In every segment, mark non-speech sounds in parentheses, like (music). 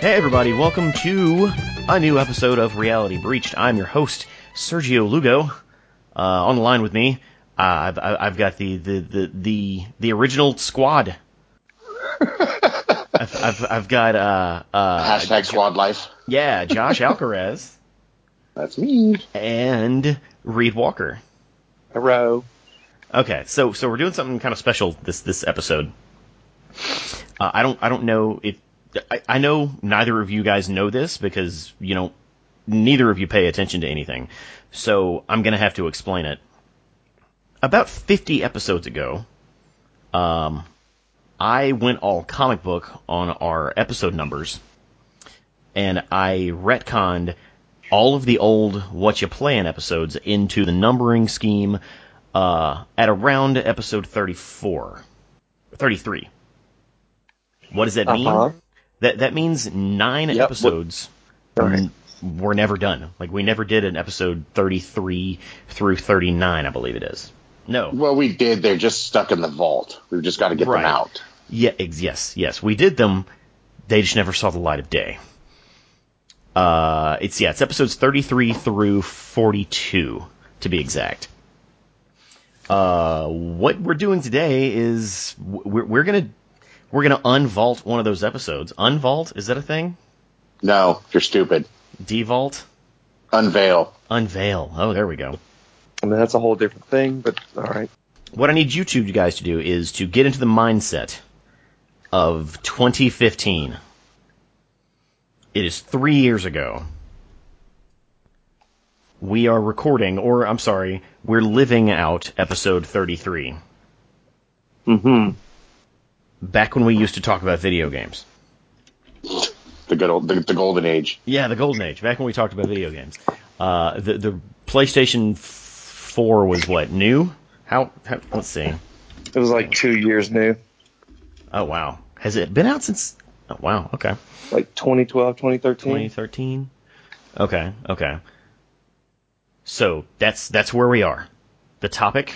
Hey, everybody, welcome to a new episode of Reality Breached. I'm your host, Sergio Lugo. Uh, on the line with me, uh, I've, I- I've got the, the, the, the, the original squad. I've, I've, I've got, uh, uh, Hashtag squad life. yeah, Josh Alcaraz That's me. and Reed Walker. Hello. Okay, so so we're doing something kind of special this this episode. Uh, I don't I don't know if I, I know neither of you guys know this because you know neither of you pay attention to anything. So I'm gonna have to explain it. About 50 episodes ago, um, I went all comic book on our episode numbers, and I retconned all of the old What You Playin' episodes into the numbering scheme uh, at around episode 34. 33. What does that mean? Uh-huh. That, that means nine Yep, episodes n- were never done. Like, we never did an episode 33 through 39, I believe it is. No. Well, we did. They're just stuck in the vault. We've just got to get Right. them out. Yeah, ex- yes, yes. We did them. They just never saw the light of day. Uh, it's yeah, it's episodes 33 through 42 to be exact. Uh, what we're doing today is w- we're we're gonna we're gonna unvault one of those episodes. Unvault is that a thing? No, you're stupid. Devault, Unveil. unveil. Oh, there we go. I mean, that's a whole different thing, but all right. What I need you two guys to do is to get into the mindset of 2015. It is three years ago. We are recording, or I'm sorry, we're living out episode 33. Mm-hmm. Back when we used to talk about video games. The good old, the, the golden age. Yeah, the golden age. Back when we talked about video games, uh, the the PlayStation 4 was what new? How, how? Let's see. It was like two years new, Oh wow, has it been out since? Oh wow, okay. like 2012, 2013. 2013. Okay, okay. So that's that's where we are. The topic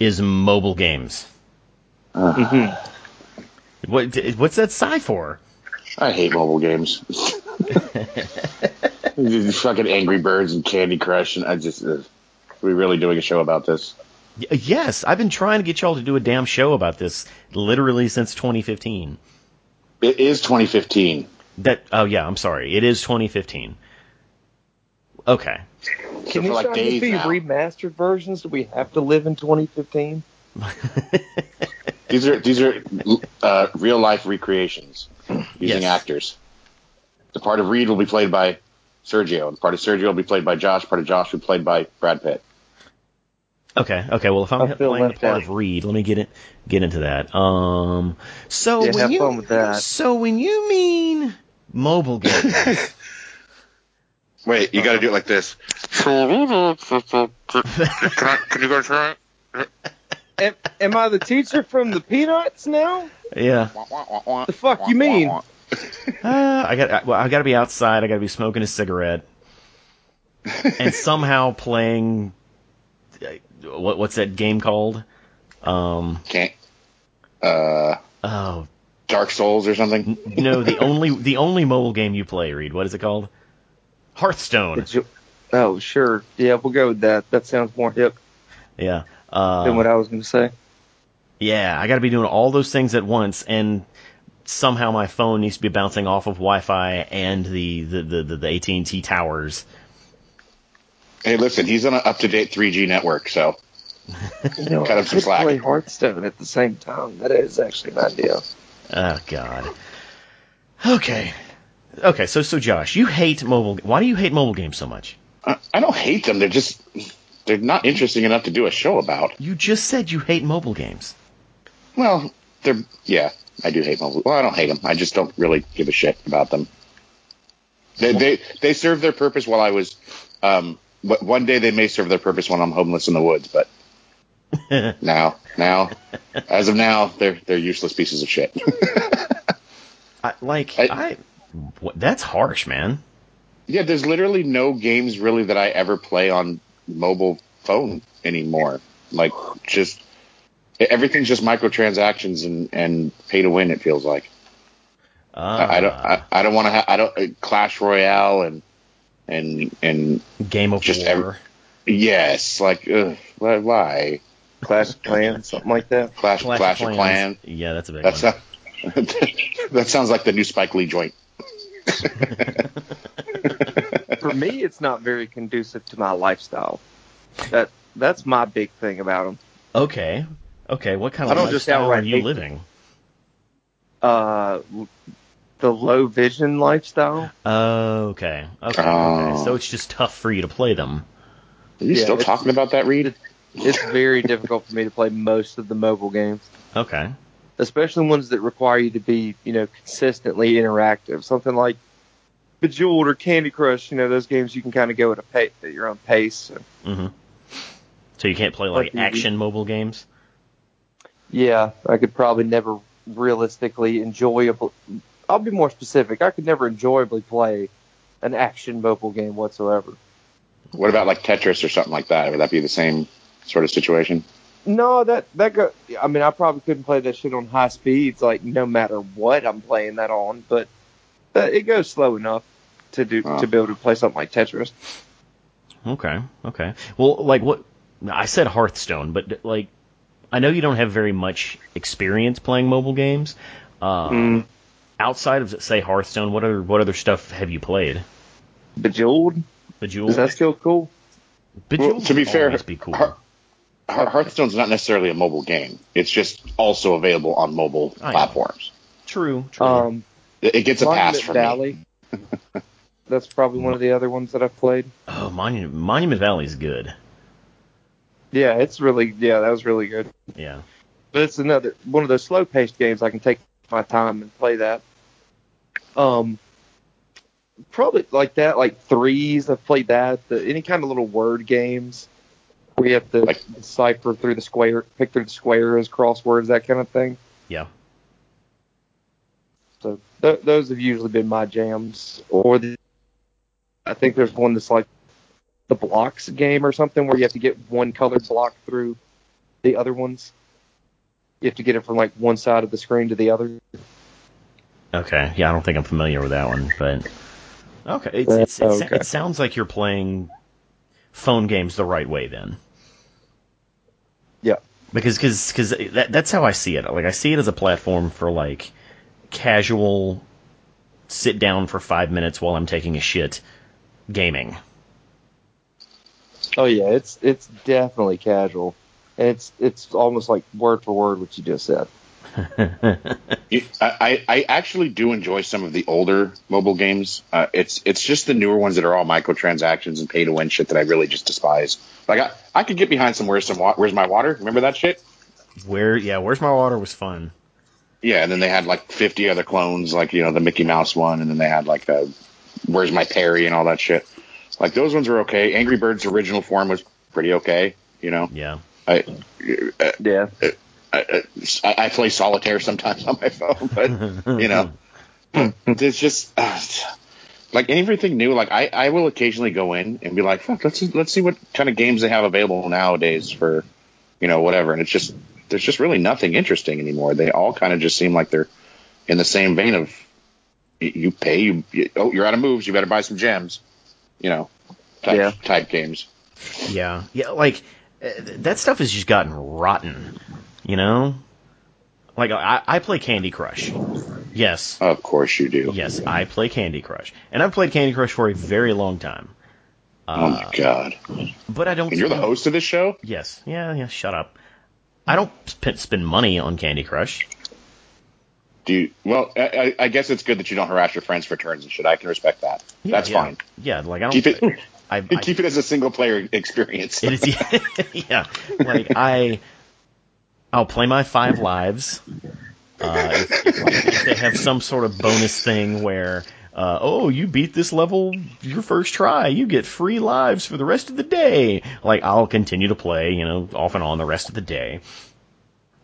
is mobile games. What what's that sigh for? I hate mobile (laughs) games. These fucking Angry Birds and Candy Crush, and I just. Uh, we really doing a show about this? Y- Yes, I've been trying to get y'all to do a damn show about this literally since 2015. It is 2015. That oh yeah, I'm sorry. It is 2015. Okay. Can for these like not days just be now. remastered versions? Do we have to live in 2015? These are these are uh, real life recreations using Yes. actors. The part of Reed will be played by Sergio. The part of Sergio will be played by Josh. Part of Josh will be played by Brad Pitt. Okay. Okay. Well, if I'm I feel playing the left part out. of Reed, let me get it get into that. Um. So Yeah, when have you fun with that. so when you mean mobile (laughs) games, Wait, you got to do it like this. Can, I, can you guys hear it? am, am I the teacher from the Peanuts now? yeah. The fuck you mean? Uh, I got I- well, I got to be outside. I got to be smoking a cigarette, (laughs) and somehow playing. uh, What what's that game called? Um. Can't. Uh, Oh Dark Souls or something. no. The only the only mobile game you play, Reed. What is it called? Hearthstone. Did you- Oh, sure. Yeah, we'll go with that. That sounds more hip Yeah. Uh, than what I was going to say. Yeah, I got to be doing all those things at once, and somehow my phone needs to be bouncing off of Wi-Fi and the the the, the, the AT and T towers. Hey, listen, he's on an up to date 3G network, so You know, Cut him I some could slack. play Hearthstone at the same time. That is actually an idea. Oh God. Okay. Okay. So so Josh, you hate mobile. Why do you hate mobile games so much? I, I don't hate them. They're just they're not interesting enough to do a show about. You just said you hate mobile games. Well, they're yeah, I do hate mobile. Well, I don't hate them. I just don't really give a shit about them. They they they serve their purpose while I was. Um, but one day they may serve their purpose when I'm homeless in the woods, but. now, now, as of now, they're they're useless pieces of shit. (laughs) I, like I, I- what, that's harsh, man. Yeah, there's literally no games really that I ever play on mobile phone anymore. Like just everything's just microtransactions and and pay to win. It feels like Uh, I I don't. I, I don't want to. Ha- I don't. uh, Clash Royale and and and Game of just War. every- yes, like ugh, why, why? Clash of Clans, something like that. Clash Clash, Clash, Clash of of Clans. Clans. Yeah, that's a big That's one. not, (laughs) that sounds like the new Spike Lee joint. (laughs) For me, it's not very conducive to my lifestyle. That that's my big thing about them. okay. Okay. What kind I of don't just lifestyle are outright you hate living? Uh, the low vision lifestyle. Oh, Okay. Okay. okay. Oh. So it's just tough for you to play them. Are you Yeah, still it's- talking about that, Reed? It's very difficult for me to play most of the mobile games, Okay. especially ones that require you to be, you know, consistently interactive. Something like Bejeweled or Candy Crush. You know, those games you can kind of go at a pace, at your own pace. So, hmm So you can't play like Like, action mobile games. yeah, I could probably never realistically enjoyable. I'll be more specific. I could never enjoyably play an action mobile game whatsoever. What about like Tetris or something like that? Would that be the same sort of situation? No, that that go. I mean, I probably couldn't play that shit on high speeds. Like, no matter what I'm playing that on, but uh, it goes slow enough to do Oh. to be able to play something like Tetris. Okay. Okay. Well, like what I said, Hearthstone, but like I know you don't have very much experience playing mobile games. Uh, Mm. Outside of say Hearthstone, what other what other stuff have you played? Bejeweled Bejeweled. is that still cool? Bejeweled Well, to be would fair, always be cool. Heart- Hear- Hearthstone's not necessarily a mobile game. It's just also available on mobile I know. platforms. true. True. Um, It it gets a pass Monument from me. Valley. (laughs) That's probably one of the other ones that I've played. oh, Monument Monument Valley's good. Yeah, it's really yeah, that was really good. Yeah. But it's another one of those slow paced games I can take my time and play that. Um probably like that, like threes, I've played that. The, any kind of little word games where you have to Like- decipher through the square pick through the squares, crosswords, that kind of thing. Yeah. So th- those have usually been my jams. Or the I think there's one that's like the blocks game or something where you have to get one colored block through the other ones. You have to get it from like one side of the screen to the other. Okay. Yeah, I don't think I'm familiar with that one, but okay. It's, Uh, it's, it's, okay. It sounds like you're playing phone games the right way then. Yeah. Because cause, cause that, that's how I see it. Like I see it as a platform for like casual sit down for five minutes while I'm taking a shit gaming. Oh yeah, it's it's definitely casual. And it's it's almost like word for word what you just said. You- I, I I actually do enjoy some of the older mobile games. Uh, it's it's just the newer ones that are all microtransactions and pay to win shit that I really just despise. Like I, I could get behind some where's some wa- where's my water? Remember that shit? Where yeah, where's my water was fun. Yeah, and then they had like fifty other clones, like you know the Mickey Mouse one, and then they had like uh where's my Perry and all that shit. Like those ones were okay. Angry Birds original form was pretty okay. You know, Yeah. I Yeah. I, I I play solitaire sometimes on my phone, but you know, it's just uh, like anything new. Like I, I will occasionally go in and be like, fuck, let's see, let's see what kind of games they have available nowadays for, you know, whatever. And it's just there's just really nothing interesting anymore. They all kind of just seem like they're in the same vein of y- you pay, you, you oh you're out of moves, you better buy some gems, you know, type, Yeah. type games. Yeah, yeah, like uh, that stuff has just gotten rotten, you know. Like I, I play Candy Crush. Yes, Of course you do. yes, I play Candy Crush, and I've played Candy Crush for a very long time. Oh my god, But I don't. and you're the host of this show. Yes, yeah, yeah. Shut up. I don't spend, spend money on Candy Crush. Do you, well. I, I I guess it's good that you don't harass your friends for turns and shit. I can respect that. Yeah, That's yeah, fine. Yeah, like I don't. (laughs) Keep it. (laughs) I, I, keep it as a single player experience. (laughs) It is, (laughs) yeah. Like I, I'll play my five lives. Uh, if, if- if they have some sort of bonus thing where, uh, oh, you beat this level your first try, you get free lives for the rest of the day. Like I'll continue to play, you know, off and on the rest of the day.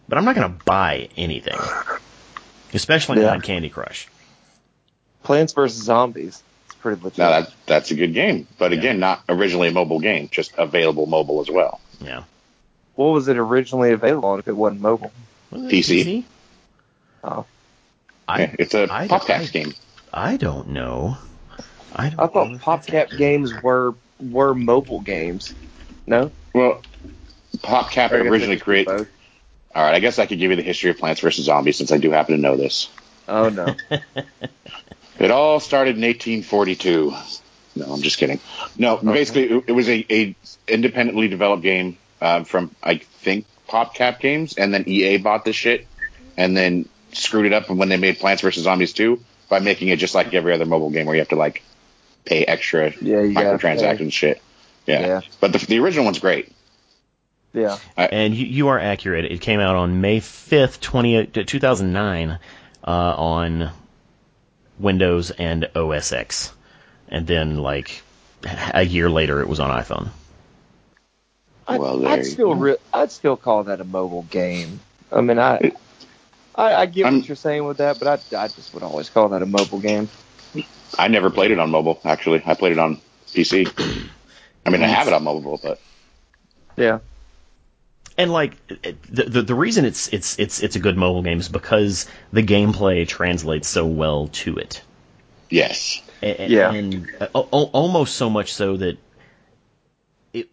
But I'm not gonna buy anything, especially Yeah. not Candy Crush. Plants vs. Zombies. It's pretty legit. Now that that's a good game, but Yeah. again, not originally a mobile game, just available mobile as well. Yeah. what was it originally available on if it wasn't mobile? Was it PC? PC? Oh. I (laughs) it's a I- podcast I- game. I don't know. I don't I know thought if that's PopCap accurate. games were were mobile games. No, Well, PopCap Or I guess originally they could do created. both. All right, I guess I could give you the history of Plants vs. Zombies since I do happen to know this. Oh (laughs) no, It all started in 1842. No, I'm just kidding. No, basically, it, it was a, a independently developed game uh, from I think PopCap Games, and then EA bought this shit, and then screwed it up. And when they made Plants vs. Zombies 2, by making it just like every other mobile game where you have to like pay extra yeah, you got microtransaction shit. Yeah. Yeah. but the, the original one's great. Yeah, And you, you are accurate. It came out on May uh, 5th, 20, 2009, uh, on Windows and OS X. And then, like, a year later, it was on iPhone. I'd, Well, there I'd you still go. re- I'd still call that a mobile game. I mean, I I, I get I'm- what you're saying with that, but I, I just would always call that a mobile game. I never played it on mobile. Actually, I played it on PC. (clears throat) I mean, I have it on mobile, but Yeah, And like the, the the reason it's it's it's it's a good mobile game is because the gameplay translates so well to it. yes, A- a- Yeah. And uh, al- al- almost so much so that it,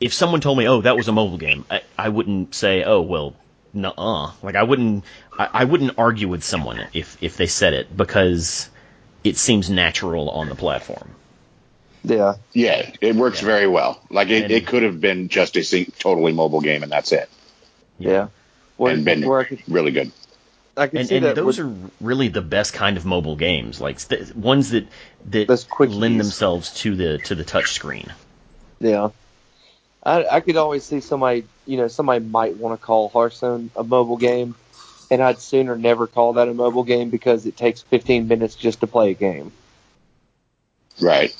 if someone told me, "Oh, that was a mobile game," I, I wouldn't say, "Oh, well, nuh-uh. Like I wouldn't I, I wouldn't argue with someone if if they said it because it seems natural on the platform. yeah, yeah, it works Yeah. very well. Like it, And- it could have been just a sing- totally mobile game, and that's it. Yeah. yeah. Where, And been where I could really good. I could And, see and that those with are really the best kind of mobile games, like st- ones that that those quick lend themselves to the to the touch screen. Yeah. I, I could always see somebody, you know, somebody might want to call Hearthstone a mobile game, and I'd sooner never call that a mobile game because it takes 15 minutes just to play a game. Right.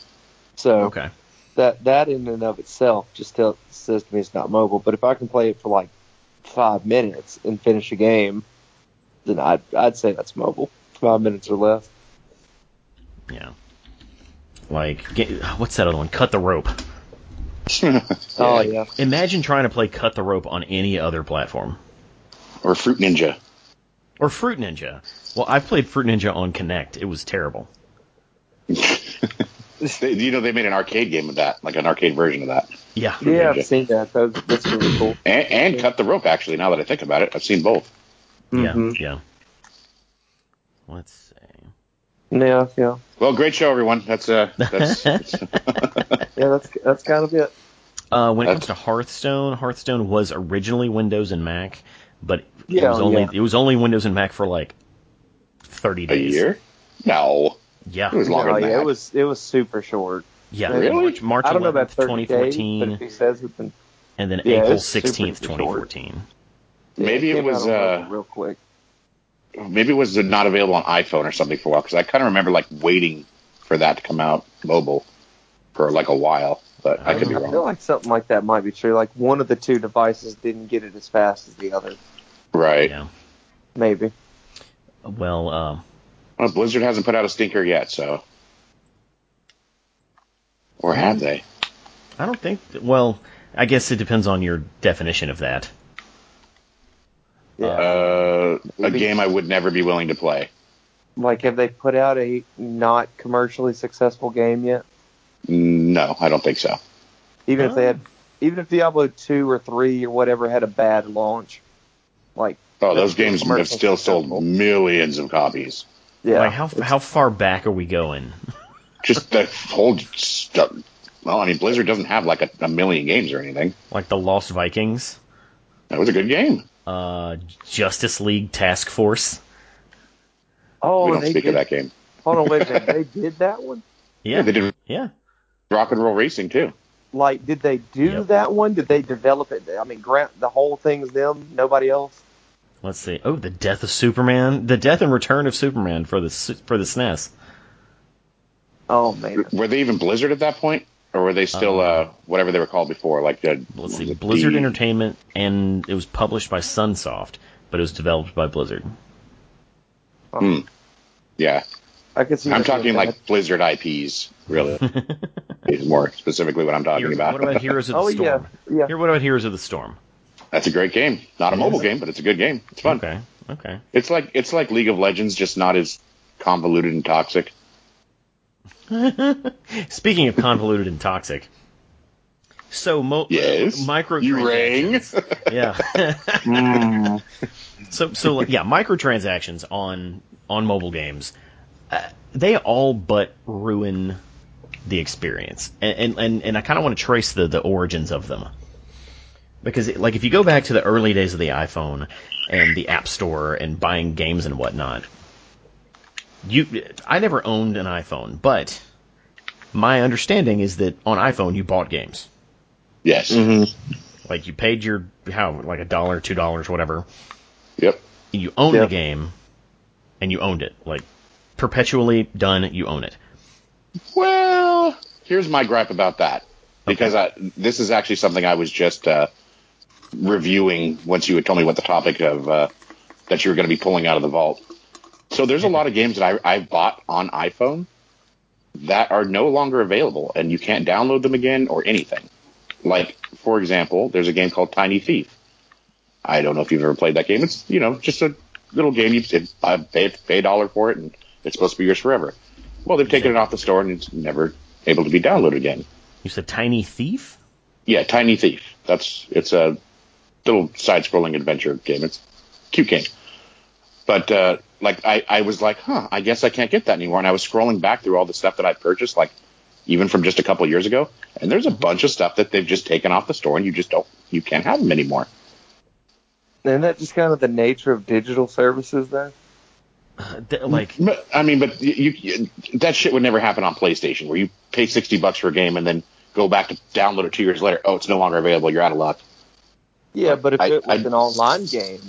So Okay. that that in and of itself just tell, says to me it's not mobile. But if I can play it for like five minutes and finish a game, then I'd I'd say that's mobile. Five minutes or less. Yeah. Like get, what's that other one? Cut the rope. Oh yeah, Imagine trying to play Cut the Rope on any other platform. or Fruit Ninja. Or Fruit Ninja. Well, I played Fruit Ninja on Connect. It was terrible. They, you know, they made an arcade game of that, like an arcade version of that, Yeah. yeah. I've seen that. That was, that's really cool. and, and cut the rope. Actually, now that I think about it, I've seen both. Mhm. Yeah. Yeah. Let's see. Yeah, yeah, Well, great show, everyone. (laughs) That's uh, that's yeah. That's that's kind of it. Uh, when it comes That's- to Hearthstone, Hearthstone was originally Windows and Mac, but it Yeah, was only yeah. it was only Windows and Mac for like thirty a days. year. No, it Yeah. was longer No, than yeah, that. it was it was super short. Yeah. Really? March, March I don't know about 11th, 30 days, but 2014, if he says it, then and then Yeah, it April was super 16th, short. 2014. yeah, Maybe it came was, out on mobile uh, real quick. maybe it was not available on iPhone or something for a while because I kind of remember like waiting for that to come out mobile for like a while, but I Oh. could be I wrong. feel like something like that might be true. Like one of the two devices didn't get it as fast as the other. Right. Yeah. Maybe. Well, um, Well, Blizzard hasn't put out a stinker yet, so or have they? I don't think. Well, I guess it depends on your definition of that. Yeah. Uh, a Maybe. game I would never be willing to play. Like, have they put out a not commercially successful game yet? No, I don't think so. Oh, Even if they had, Oh. even if Diablo two or three or whatever had a bad launch, like, Oh, those That's games have commercial still successful. sold millions of copies. yeah, like how how far back are we going? Just the whole stuff. Well, I mean, Blizzard doesn't have like a, a million games or anything. Like the Lost Vikings, That was a good game. uh, Justice League Task Force. oh, we don't they speak did, of that game. hold on, wait a minute, they did that one. Yeah, they Yeah, did yeah. Rock and Roll Racing too. Like, did they do Yep. that one? Did they develop it? I mean, Grant, the whole thing is them, nobody else. Let's see. Oh, the death of Superman, the death and return of Superman for the s- for the SNES. Oh man, Were they even Blizzard at that point, or were they still uh, Um, whatever they were called before? Like uh, Let's was see, it Blizzard the- Entertainment, and it was published by Sunsoft, but it was developed by Blizzard. Yeah, I could see. I'm that talking being bad. like Blizzard IPs. (laughs) Really, is more specifically what I'm talking Heroes- about. what about Heroes of the (laughs) Oh yeah, Storm? yeah. Here, what about Heroes of the Storm? (laughs) That's a great game. Not a mobile game, but it's a good game. It's fun. Okay, Okay. It's like it's like League of Legends, just not as convoluted and toxic. Speaking of convoluted and toxic, so mo- Yes. micro You rang. (laughs) yeah. Mm. (laughs) So so like, yeah, microtransactions on on mobile games, uh, they all but ruin the experience, and and and, and I kind of want to trace the the origins of them, because it- like if you go back to the early days of the iPhone and the App Store and buying games and whatnot, you I never owned an iPhone, but my understanding is that on iPhone you bought games. yes. Like you paid your how like a dollar, two dollars, whatever, Yep. you own Yeah. the game and you owned it like perpetually done you own it Well, here's my gripe about that because I, this is actually something I was just uh, reviewing once you had told me what the topic of uh, that you were going to be pulling out of the vault. So there's a lot of games that I, I bought on iPhone that are no longer available, and you can't download them again or anything. Like for example, there's a game called Tiny Thief. I don't know if you've ever played that game. It's you know just a little game. You it, I pay, pay a dollar for it, and it's supposed to be yours forever. Well, they've taken it off the store and it's never able to be downloaded again. you said tiny thief Yeah, Tiny Thief. That's it's a little side-scrolling adventure game. It's a cute game, but uh, like I, I was like, huh, I guess I can't get that anymore. And I was scrolling back through all the stuff that I purchased, like even from just a couple years ago, and there's a bunch of stuff that they've just taken off the store and you just don't, you can't have them anymore. Isn't that just kind of the nature of digital services, though? Uh, th- like But I mean, but you, you that shit would never happen on PlayStation, where you pay sixty bucks for a game and then go back to download it two years later. Oh, it's no longer available. You're out of luck. Yeah, but if I- it was I- an online game,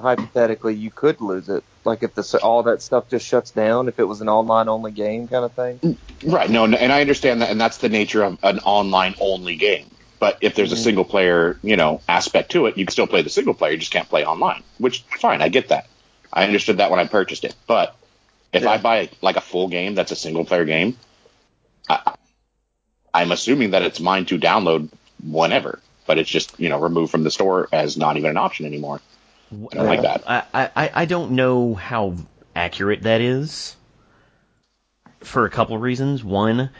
hypothetically, you could lose it. Like if this all that stuff just shuts down, if it was an online only game kind of thing. Right. No, and I understand that, and that's the nature of an online only game. But if Mm-hmm. there's a single player, you know, aspect to it, you can still play the single player. You just can't play online, which fine. I get that. I understood that when I purchased it. But if I buy like a full game that's a single player game, I, I'm assuming that it's mine to download whenever. But it's just you know removed from the store as not even an option anymore. I don't like that. I, I- I i don't know how accurate that is for a couple reasons one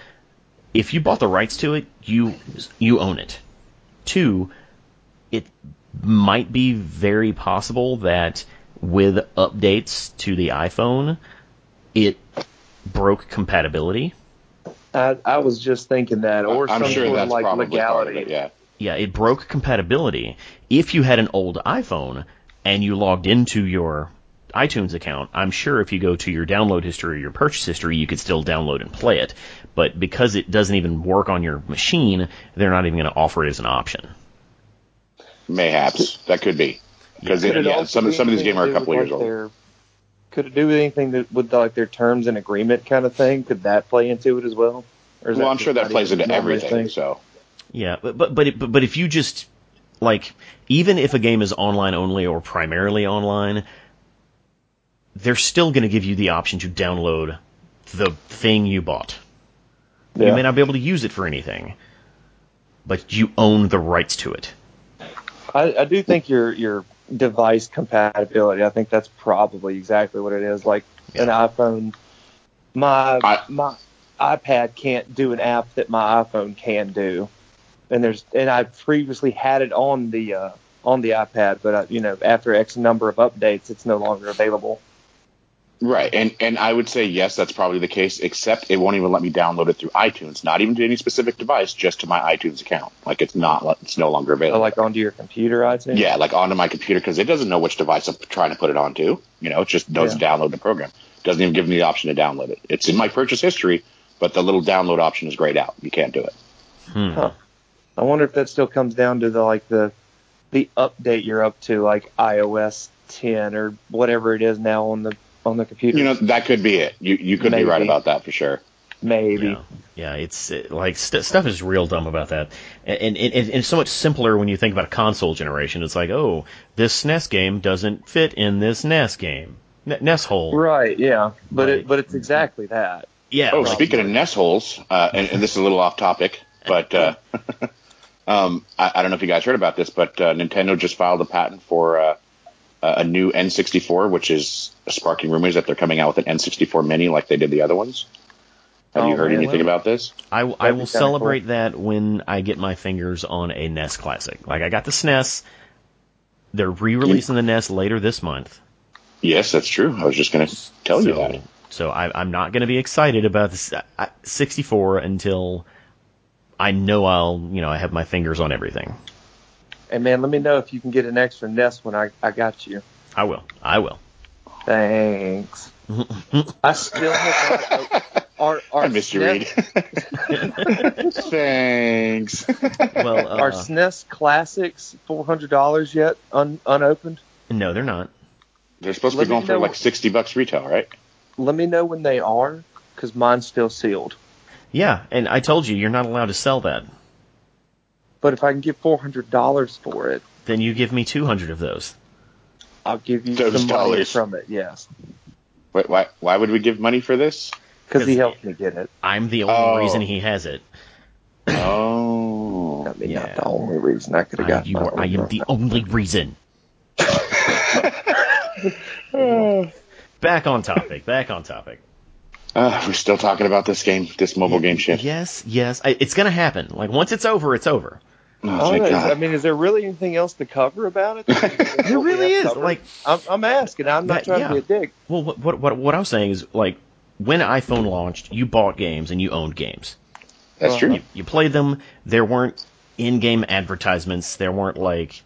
if you bought the rights to it you you own it two it might be very possible that with updates to the iphone it broke compatibility I, I was just thinking that, or I'm some sure sort that's of like probably part legality. of it. Yeah. yeah, it broke compatibility. If you had an old iPhone and you logged into your iTunes account, I'm sure if you go to your download history or your purchase history, you could still download and play it. But because it doesn't even work on your machine, they're not even going to offer it as an option. Mayhaps that could be because Could it yeah, also some be some of these anything games are to a do couple with, years like, old. their- could it do anything that with like their terms and agreement kind of thing? Could that play into it as well? Or is Well, I'm just sure that not plays even into one of those everything. things? So Yeah, but but but, it, but but if you just like even if a game is online only or primarily online, they're still going to give you the option to download the thing you bought. Yeah. You may not be able to use it for anything, but you own the rights to it. I, I do think your your device compatibility. I think that's probably exactly what it is. Like an iPhone, my I- my iPad can't do an app that my iPhone can do, and there's and I previously had it on the uh, on the iPad, but I, you know after X number of updates, it's no longer available. right, and and I would say yes, that's probably the case. Except it won't even let me download it through iTunes, not even to any specific device, just to my iTunes account. Like it's not, it's no longer So available. like onto your computer, I think. yeah, like onto my computer because it doesn't know which device I'm trying to put it onto. You know, it just knows to download the program. Doesn't even give me the option to download it. It's in my purchase history, but the little download option is grayed out. You can't do it. Hmm. Huh. I wonder if that still comes down to the like the the update you're up to, like iOS 10 or whatever it is now on the on the computer. You know, that could be it. You you could be right Maybe. about that for sure. maybe. Yeah, yeah. It's it, like st- stuff is real dumb about that, and, and, and, and it's so much simpler when you think about a console generation. It's like, oh, this NES game doesn't fit in this NES game, N- NES hole. Right, yeah, but Right. it, but it's exactly that. Yeah. Oh, right. speaking of nest holes, uh, and, and this is a little off topic, but uh, (laughs) um, I, I don't know if you guys heard about this, but uh, Nintendo just filed a patent for uh, uh, a new N64, which is sparking rumors that they're coming out with an N64 Mini like they did the other ones. Have Oh, you heard really? anything about this? I, I be will kinda celebrate that when I get my fingers on a NES Classic. Like I got the SNES. They're re-releasing the NES later this month. Yes, that's true. I was just going to tell you So- that. So I, I'm not going to be excited about this I- I- 64 until I know I'll you know I have my fingers on everything. And man, let me know if you can get an extra nest when I, I got you. I will. I (laughs) will. (laughs) Thanks. I still have not. op- Our, our I miss you, SNES Reed. (laughs) Thanks. Well, uh, Are SNES Classics four hundred dollars yet un, unopened? no, they're not. They're supposed to Let be me going for know- like 60 bucks retail, right? Let me know when they are, because mine's still sealed. Yeah, and I told you you're not allowed to sell that. But if I can get four hundred dollars for it, Then you give me 200 of those. I'll give you Those some money dollars. from it. Yes, Wait, why, why would we give money for (laughs) this? because he Yes. helped me get it. I'm the only Oh. reason he has it. Oh. I mean, Yeah. not the only reason I could have I, got. you my are, I am own. the only reason. (laughs) back on topic. Back on topic. Uh, we're still talking about this game, this mobile game shit. Yes, yes. I, it's gonna happen. Like once it's over, it's over. Oh, I thank don't know. I God. (laughs) mean, is there really anything else to cover about it? (laughs) There there really is. Like, I'm, I'm asking. I'm not That- trying yeah. to be a dick. well, what, what what what I was saying is like when iPhone launched, you bought games and you owned games. That's uh, true. You played them. There weren't in-game advertisements. There weren't like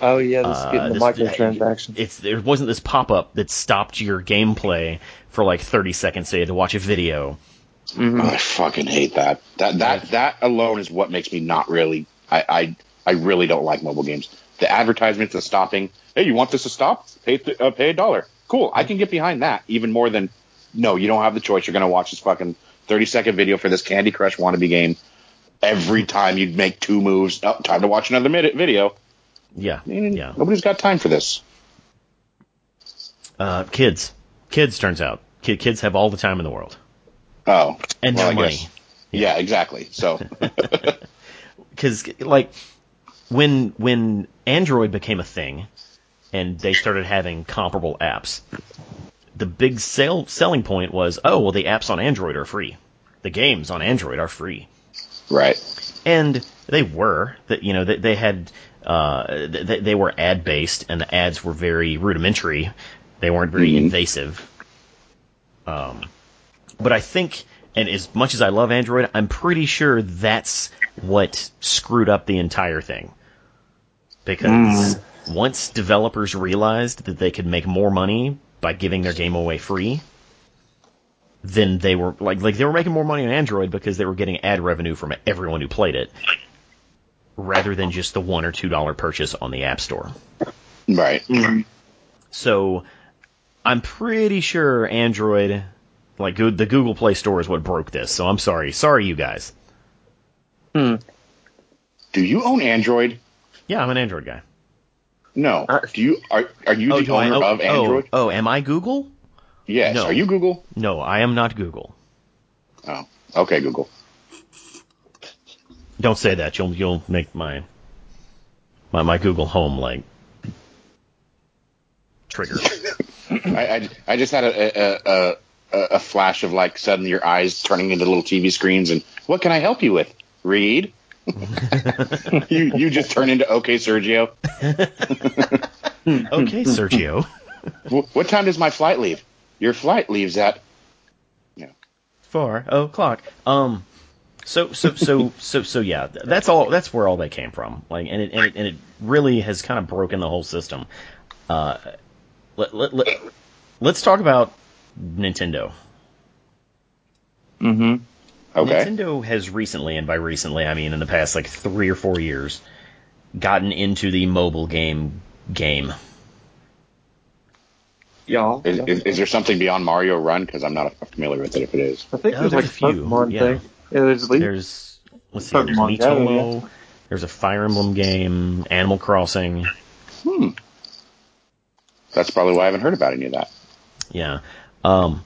Oh yeah, this Uh, is getting the this- microtransaction. it's there wasn't this pop-up that stopped your gameplay for like 30 seconds. So you had to watch a video. Oh, I fucking hate that. That that that alone is what makes me not really. I I, I really don't like mobile games. The advertisements, the stopping. Hey, you want this to stop? Pay th- uh, pay a dollar. Cool. I can get behind that even more than. No, you don't have the choice. You're gonna watch this fucking thirty second video for this Candy Crush wannabe game. Every time you make two moves, oh, time to watch another minute video. Yeah, Mm, yeah. Nobody's got time for this. Uh, kids, kids. Turns out, Ki kids have all the time in the world Oh, and well, no I money. guess. Yeah, exactly. (laughs) So because like when when Android became a thing and they started having comparable apps, the big sale selling point was, oh well, the apps on Android are free, the games on Android are free, right. and they were that you know they, they had uh, they, they were ad based and the ads were very rudimentary, they weren't very Mhm. invasive. Um, but I think, and as much as I love Android, I'm pretty sure that's what screwed up the entire thing. Because once developers realized that they could make more money by giving their game away free, then they were like like they were making more money on Android because they were getting ad revenue from everyone who played it, rather than just the one or two dollar purchase on the App Store. Right. Mm-hmm. So I'm pretty sure Android, like Goo- the Google Play Store, is what broke this. So I'm sorry, sorry you guys. Do you own Android? Yeah, I'm an Android guy. No. Uh, do you are are you the do I- owner oh, of Android? Oh, oh, am I Google? yes. no. Are you Google? No, I am not Google. Oh. Okay, Google. Don't say that. You'll you'll make my my my Google Home like (laughs) trigger. I, I I just had a a, a a a flash of like suddenly your eyes turning into little TV screens and what can I help you with? (laughs) Read. you you just turn into okay Sergio. okay, Sergio. W- what time does my flight leave? Your flight leaves at Four o'clock. Um. So so (laughs) so so so yeah. th- That's all. That's where all that came from. Like, and it and it, and it really has kind of broken the whole system. Uh, let, let, let, let's talk about Nintendo. Mm-hmm. okay. Nintendo has recently, and by recently I mean in the past like three or four years, gotten into the mobile game game. Y'all. Is, is, is there something beyond Mario Run? Because I'm not familiar with it. If it is, I think Yeah, there's, like there's a a few, Pokemon yeah. thing. Yeah, there's at least There's let's see, there's Pokemon Go, Miitomo, there's a Fire Emblem game, Animal Crossing. that's probably why I haven't heard about any of that. Yeah. Um,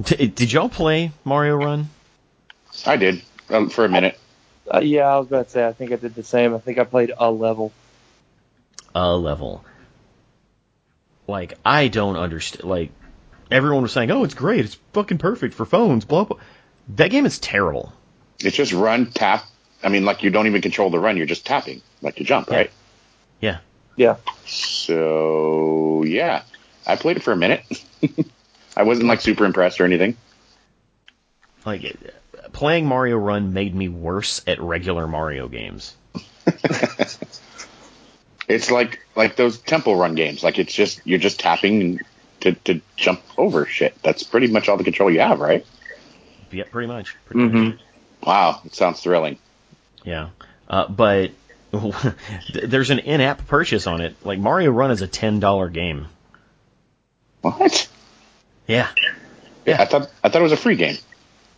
d- did y'all play Mario Run? I did um, for a minute. Uh, yeah, I was about to say. I think I did the same. I think I played a level. a level. Uh, Like I don't understand. Like everyone was saying, "Oh, it's great. It's fucking perfect for phones." Blah blah. That game is terrible. It's just run, tap. I mean, like you don't even control the run. You're just tapping, like you jump, right? Yeah. Yeah. So yeah, I played it for a minute. (laughs) I wasn't like super impressed or anything. Like uh, playing Mario Run made me worse at regular Mario games. It's like like those temple run games. Like it's just you're just tapping to to jump over shit. That's pretty much all the control you have, right? Yeah, pretty much. Pretty Mm-hmm. much. Wow, it sounds thrilling. Yeah, uh, but (laughs) th- there's an in-app purchase on it. Like Mario Run is a ten dollar game. What? Yeah, I thought I thought it was a free game.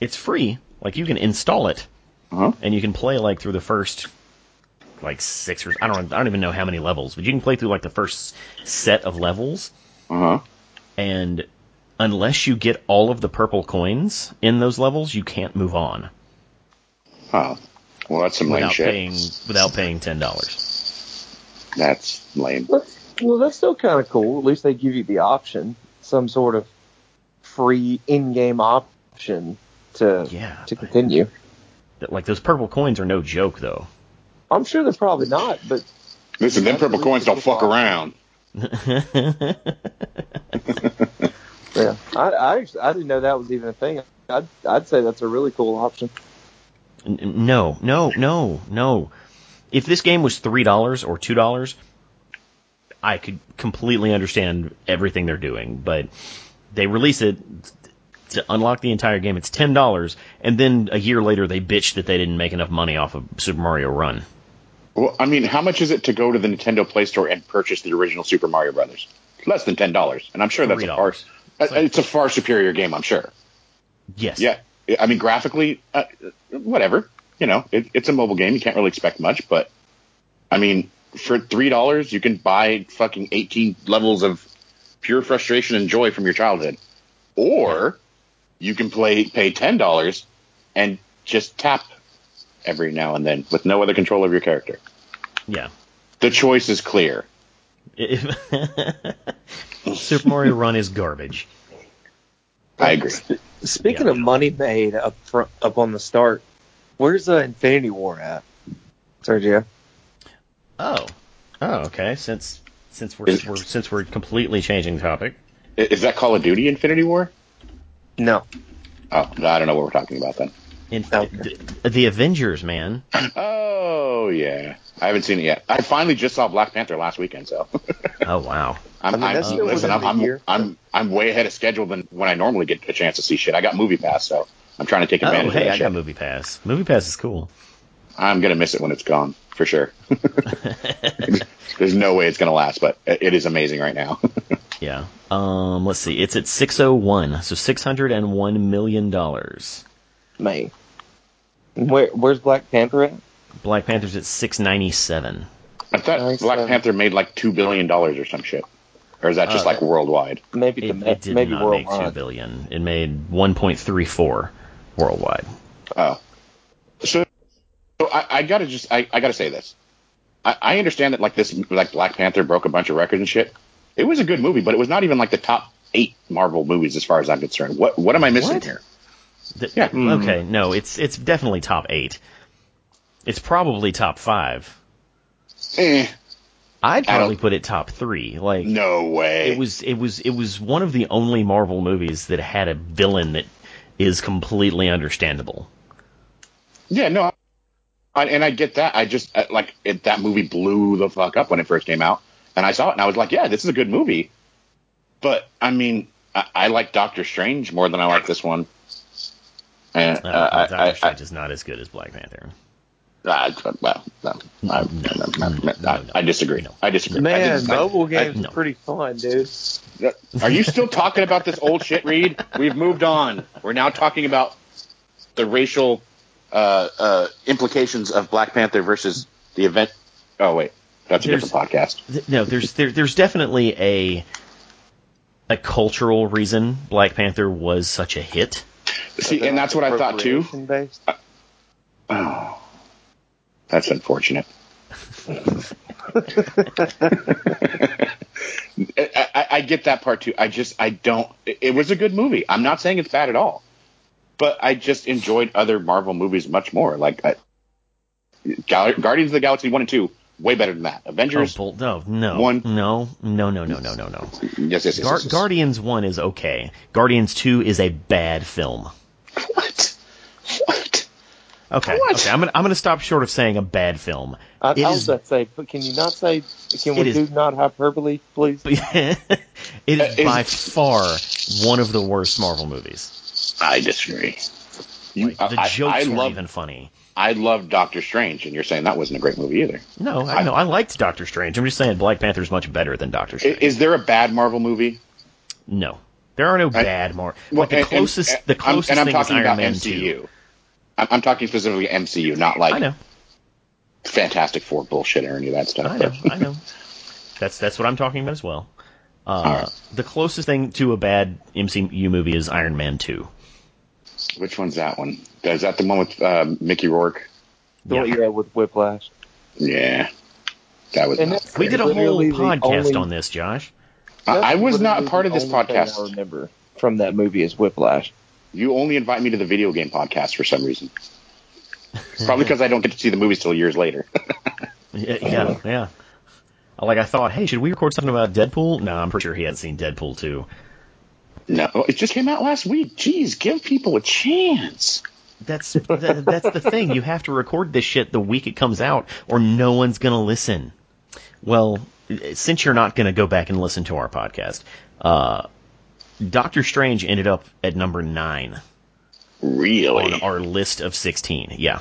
it's free. Like you can install it Uh-huh. and you can play like through the first like six or I don't I don't even know how many levels, but you can play through like the first set of levels. Uh huh. And unless you get all of the purple coins in those levels, you can't move on Oh, well, that's some lame without shit. paying without paying ten dollars. That's lame. That's, well, that's still kind of cool. At least they give you the option, some sort of free in-game option to Yeah, to but- continue. Like those purple coins are no joke though. I'm sure they're probably not, but Listen, them purple coins don't fuck around. yeah, I I, actually, I didn't know that was even a thing. I'd I'd say that's a really cool option. N- No, no, no, no. If this game was three dollars or two dollars, I could completely understand everything they're doing. But they release it to unlock the entire game. It's ten dollars, and then a year later they bitch that they didn't make enough money off of Super Mario Run. Well, I mean, how much is it to go to the Nintendo Play Store and purchase the original Super Mario Brothers? Less than ten dollars, and I'm sure that's a far. $3. It's, it's a far superior game, I'm sure. Yes. Yeah, I mean, graphically, uh, whatever. You know, it, it's a mobile game. You can't really expect much, but I mean, for three dollars, you can buy fucking eighteen levels of pure frustration and joy from your childhood, or you can play pay ten dollars and just tap every now and then with no other control of your character. Yeah. (laughs) The choice is clear. Super Mario Run is garbage. I agree. Speaking Yeah. of money made up front, up on the start, where's uh, Infinity War at, Sergio? Oh. Oh, okay. Since since we're, Is- we're since we're completely changing topic. I- Is that Call of Duty Infinity War? No, Oh, no, I don't know what we're talking about (clears throat) then. In, Okay. th- the Avengers, man. Oh yeah, I haven't seen it yet. I finally just saw Black Panther last weekend, so (laughs) Oh wow. I'm, I mean, I'm, that's still listen, within I'm, the I'm, year. I'm I'm way ahead of schedule than when I normally get a chance to see shit. I got Movie Pass, so I'm trying to take Oh, advantage hey, I of that got shit. Movie Pass. Movie Pass is cool. I'm gonna miss it when it's gone for (laughs) sure. (laughs) There's no way it's gonna last, but it it is amazing right now. (laughs) Yeah. Um, let's see. It's at 601, so 601 million dollars. May. Where where's Black Panther at? Black Panther's at 697. I thought Nice, Black uh, Panther made like two billion dollars or some shit, or is that just Uh, like worldwide? Maybe It, the it did maybe not make 2 worldwide. billion. It made 1.34 worldwide. Oh, so, so I, I gotta just I, I gotta say this. I, I understand that like this like Black Panther broke a bunch of records and shit. It was a good movie, but it was not even like the top eight Marvel movies as far as I'm concerned. What what am I missing What? here? Th- Yeah. Okay, no, it's it's definitely top 8. It's probably top 5. I'd Eh, I don't- probably put it top 3. Like no way. it was it was it was one of the only Marvel movies that had a villain that is completely understandable. yeah, no. I, and I get that. I just uh, like it, that movie blew the fuck up when it first came out, and I saw it and I was like, yeah, this is a good movie. But I mean, I, I like Doctor Strange more than I like this one. And, Uh, uh, I- Doctor I- I- Strange is not as good as Black Panther. Uh, well, no, I, no, no, no, no, I, no. I disagree. No. I disagree. I Man, didn't- I- mobile games I- no. are pretty fun, dude. (laughs) are you still talking about this old shit, Reed? We've moved on. We're now talking about the racial uh, uh, implications of Black Panther versus the event. Oh wait, that's a There's- different podcast. Th- No, there's there, there's definitely a a cultural reason Black Panther was such a hit. Oh, See, and that's what I thought too. Appropriation-based. Oh, that's unfortunate. I, I, I get that part too. I just I don't. It, it was a good movie. I'm not saying it's bad at all, but I just enjoyed other Marvel movies much more. Like I, Gal- Guardians of the Galaxy one and two, way better than that. Avengers. Oh, bull- no, no, One. no, no, no, no, no, no, no. yes, yes, yes, Oh, Gar- yes, yes. Guardians one is okay. Guardians two is a bad film. What? What? Okay, What? okay. I'm gonna I'm gonna stop short of saying a bad film. I, It I is- was about to say, but can you not say? Can It we is- do not hyperbole, please? it is Uh, is- by far one of the worst Marvel movies. I disagree. You, Like, the Uh, I, jokes I weren't love even funny. I love Doctor Strange, and you're saying that wasn't a great movie either. No, I I- know. I liked Doctor Strange. I'm just saying Black Panther's much better than Doctor I- Strange. Is there a bad Marvel movie? no, there are no bad Marvel. Like the and- and- closest, and- the closest I'm, and I'm thing is talking Iron about Man MCU. two. I'm, I'm talking specifically MCU, not I like know, Fantastic Four bullshit or any of that stuff. I know, but- I know. That's that's what I'm talking about as well. Uh, Alright. The closest thing to a bad MCU movie is Iron Man two. Which one's that one? Is that the one with uh, Mickey Rourke? The one Yeah. you had with Whiplash. Yeah, that was. And not that's- We great. did a whole Literally the podcast only- on this, Josh. I, I That's was literally not part of the this only thing I podcast. remember from that movie is Whiplash. You only invite me to the video game podcast for some reason. (laughs) Probably because I don't get to see the movies till years later. (laughs) Yeah, yeah, yeah. Like I thought, hey, should we record something about Deadpool? No, I'm pretty sure he hadn't seen Deadpool two. no, it just came out last week. Jeez, give people a chance. That's that, that's the thing. You have to record this shit the week it comes out, or no one's gonna listen. Well, since you're not gonna go back and listen to our podcast, uh, Doctor Strange ended up at number nine Really, on our list of sixteen. Yeah,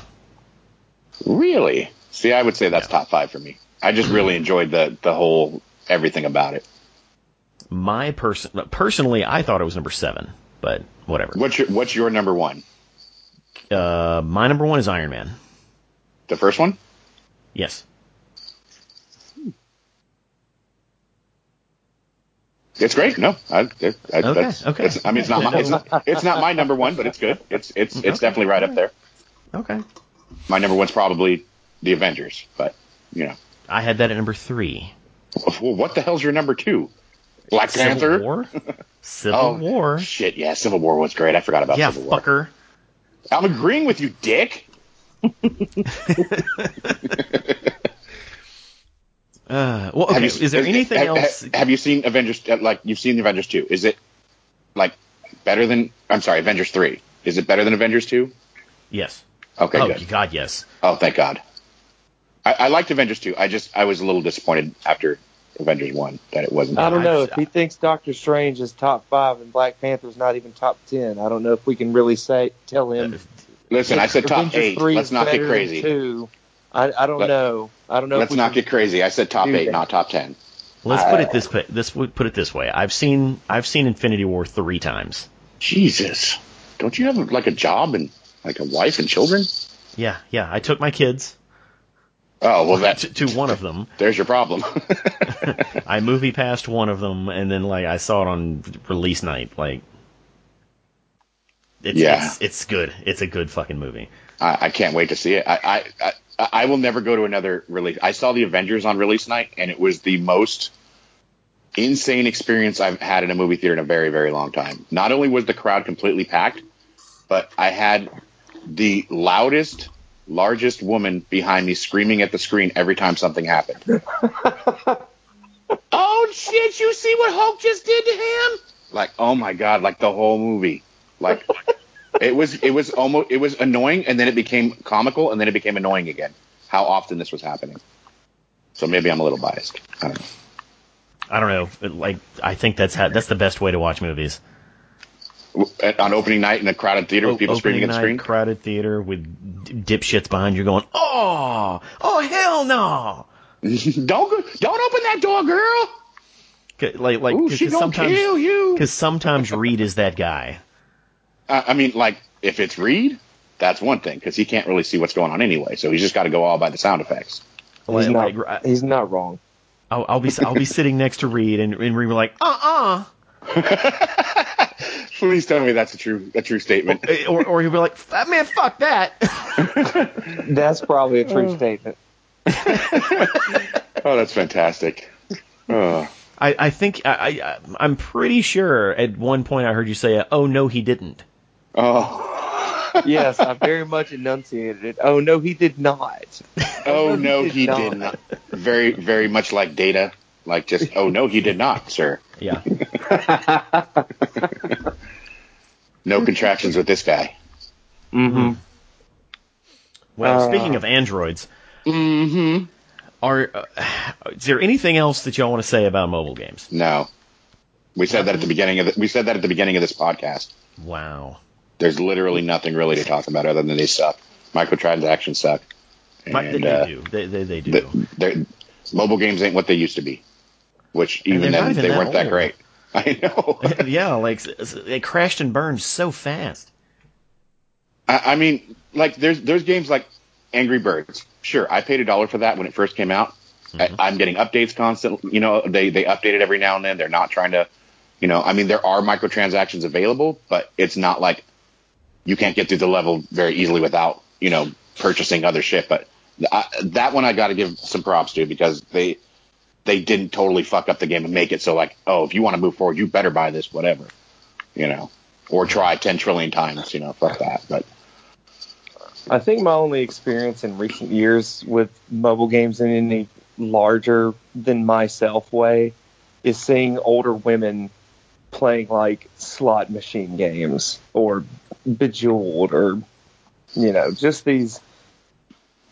really. See, I would say that's top five for me. I just Mm-hmm. really enjoyed the the whole everything about it. my person personally, I thought it was number seven, but whatever. What's your What's your number one? Uh, my number one is Iron Man. The first one? Yes. It's great. No, I, it, I, Okay, that's, okay. It's, I mean, it's not my it's not, it's not my number one, but it's good. It's it's Mm-hmm. it's definitely right up there. Okay. My number one's probably the Avengers, but you know, I had that at number three. well, what the hell's your number two? Black Panther. Civil War. Civil (laughs) Oh, War. Shit, yeah, Civil War was great. I forgot about Yeah, Civil War. fucker. I'm agreeing with you, Dick. Uh, well, okay. Have you- is there anything have- else? Have, have you seen Avengers? uh, Like you've seen the Avengers two? Is it like better than? I'm sorry, Avengers three. Is it better than Avengers two? yes. Okay, oh good. God, yes. Oh, thank God. I, I liked Avengers 2. I just I was a little disappointed after Avengers 1 that it wasn't. I don't I- know if he thinks Doctor Strange is top five and Black Panther's not even top ten. I don't know if we can really say tell him. Listen, I said Uh, top Avengers eight. three Let's is not better get than crazy. Two. I, I don't Let- know. I don't know. Let's if we not can, get crazy. I said top do eight, that. not top ten. Let's put it this way. This put it this way. I've seen I've seen Infinity War three times. Jesus, don't you have like a job and like a wife and children? Yeah, yeah. I took my kids Oh well, (laughs) that to, to one of them. there's your problem. (laughs) I movie passed one of them, and then like I saw it on release night. Like, it's, Yeah. it's it's good. It's a good fucking movie. I, I can't wait to see it. I, I I I will never go to another release. I saw the Avengers on release night, and it was the most insane experience I've had in a movie theater in a very very long time. Not only was the crowd completely packed, but I had the loudest, largest woman behind me screaming at the screen every time something happened. oh shit! You see what Hulk just did to him? Like oh my god! Like the whole movie. Like. It was it was almost it was annoying, and then it became comical, and then it became annoying again. How often this was happening? So maybe I'm a little biased. I don't know. I don't know. but, Like, I think that's how, that's the best way to watch movies. W- at- On opening night in a crowded theater with people Opening screaming at the night, screen. crowded theater with d- dipshits behind you going, oh, oh hell no. (laughs) don't go, don't open that door, girl. 'Cause- Like, like, Ooh, cause, she 'cause gonna kill sometimes, you. because sometimes Reed is that guy. I, I mean, like if it's Reed, that's one thing because he can't really see what's going on anyway, so he's just got to go all by the sound effects. Like, He's like, not. I- He's not wrong. I'll, I'll be, I'll (laughs) be sitting next to Reed and, and Reed will be like, uh-uh. Please tell me that's a true a true statement. Eh, Or, or he'll be like, "F- man, fuck that. (laughs) That's probably Mm. a true statement. (laughs) Oh, that's fantastic. Oh. I, I think I, I I'm pretty sure at one point I heard you say, "Oh no, he didn't." Oh. (laughs) yes, I very much enunciated it. Oh no, he did not. Oh no, he did not. Very, very much like Data. Like just, oh no, he did not, sir. Yeah. No contractions with this guy. Mm-hmm. Well, Uh. speaking of androids, Mm-hmm. are uh, is there anything else that y'all want to say about mobile games? No, we said that at the beginning of the, we said that at the beginning of this podcast. Wow. There's literally nothing really to talk about other than they suck. Microtransactions suck. My- they, And, they uh, do. They, they, they do. th- they're- mobile games ain't what they used to be. Which even they're then not even they that weren't that old. great. (laughs) I know. (laughs) yeah, like s- s- they crashed and burned so fast. I, I mean, like there's there's games like Angry Birds. Sure, I paid a dollar for that when it first came out. I, I'm getting updates constantly. You know, they they update it every now and then. They're not trying to, you know, I mean, there are microtransactions available, but it's not like you can't get through the level very easily without you know purchasing other shit. But I, that one I got to give some props to because they they didn't totally fuck up the game and make it so like, oh, if you want to move forward, you better buy this, whatever, you know, or try ten trillion times. You know, fuck that. But I think my only experience in recent years with mobile games in any larger than myself way is seeing older women playing like slot machine games or Bejeweled or you know just these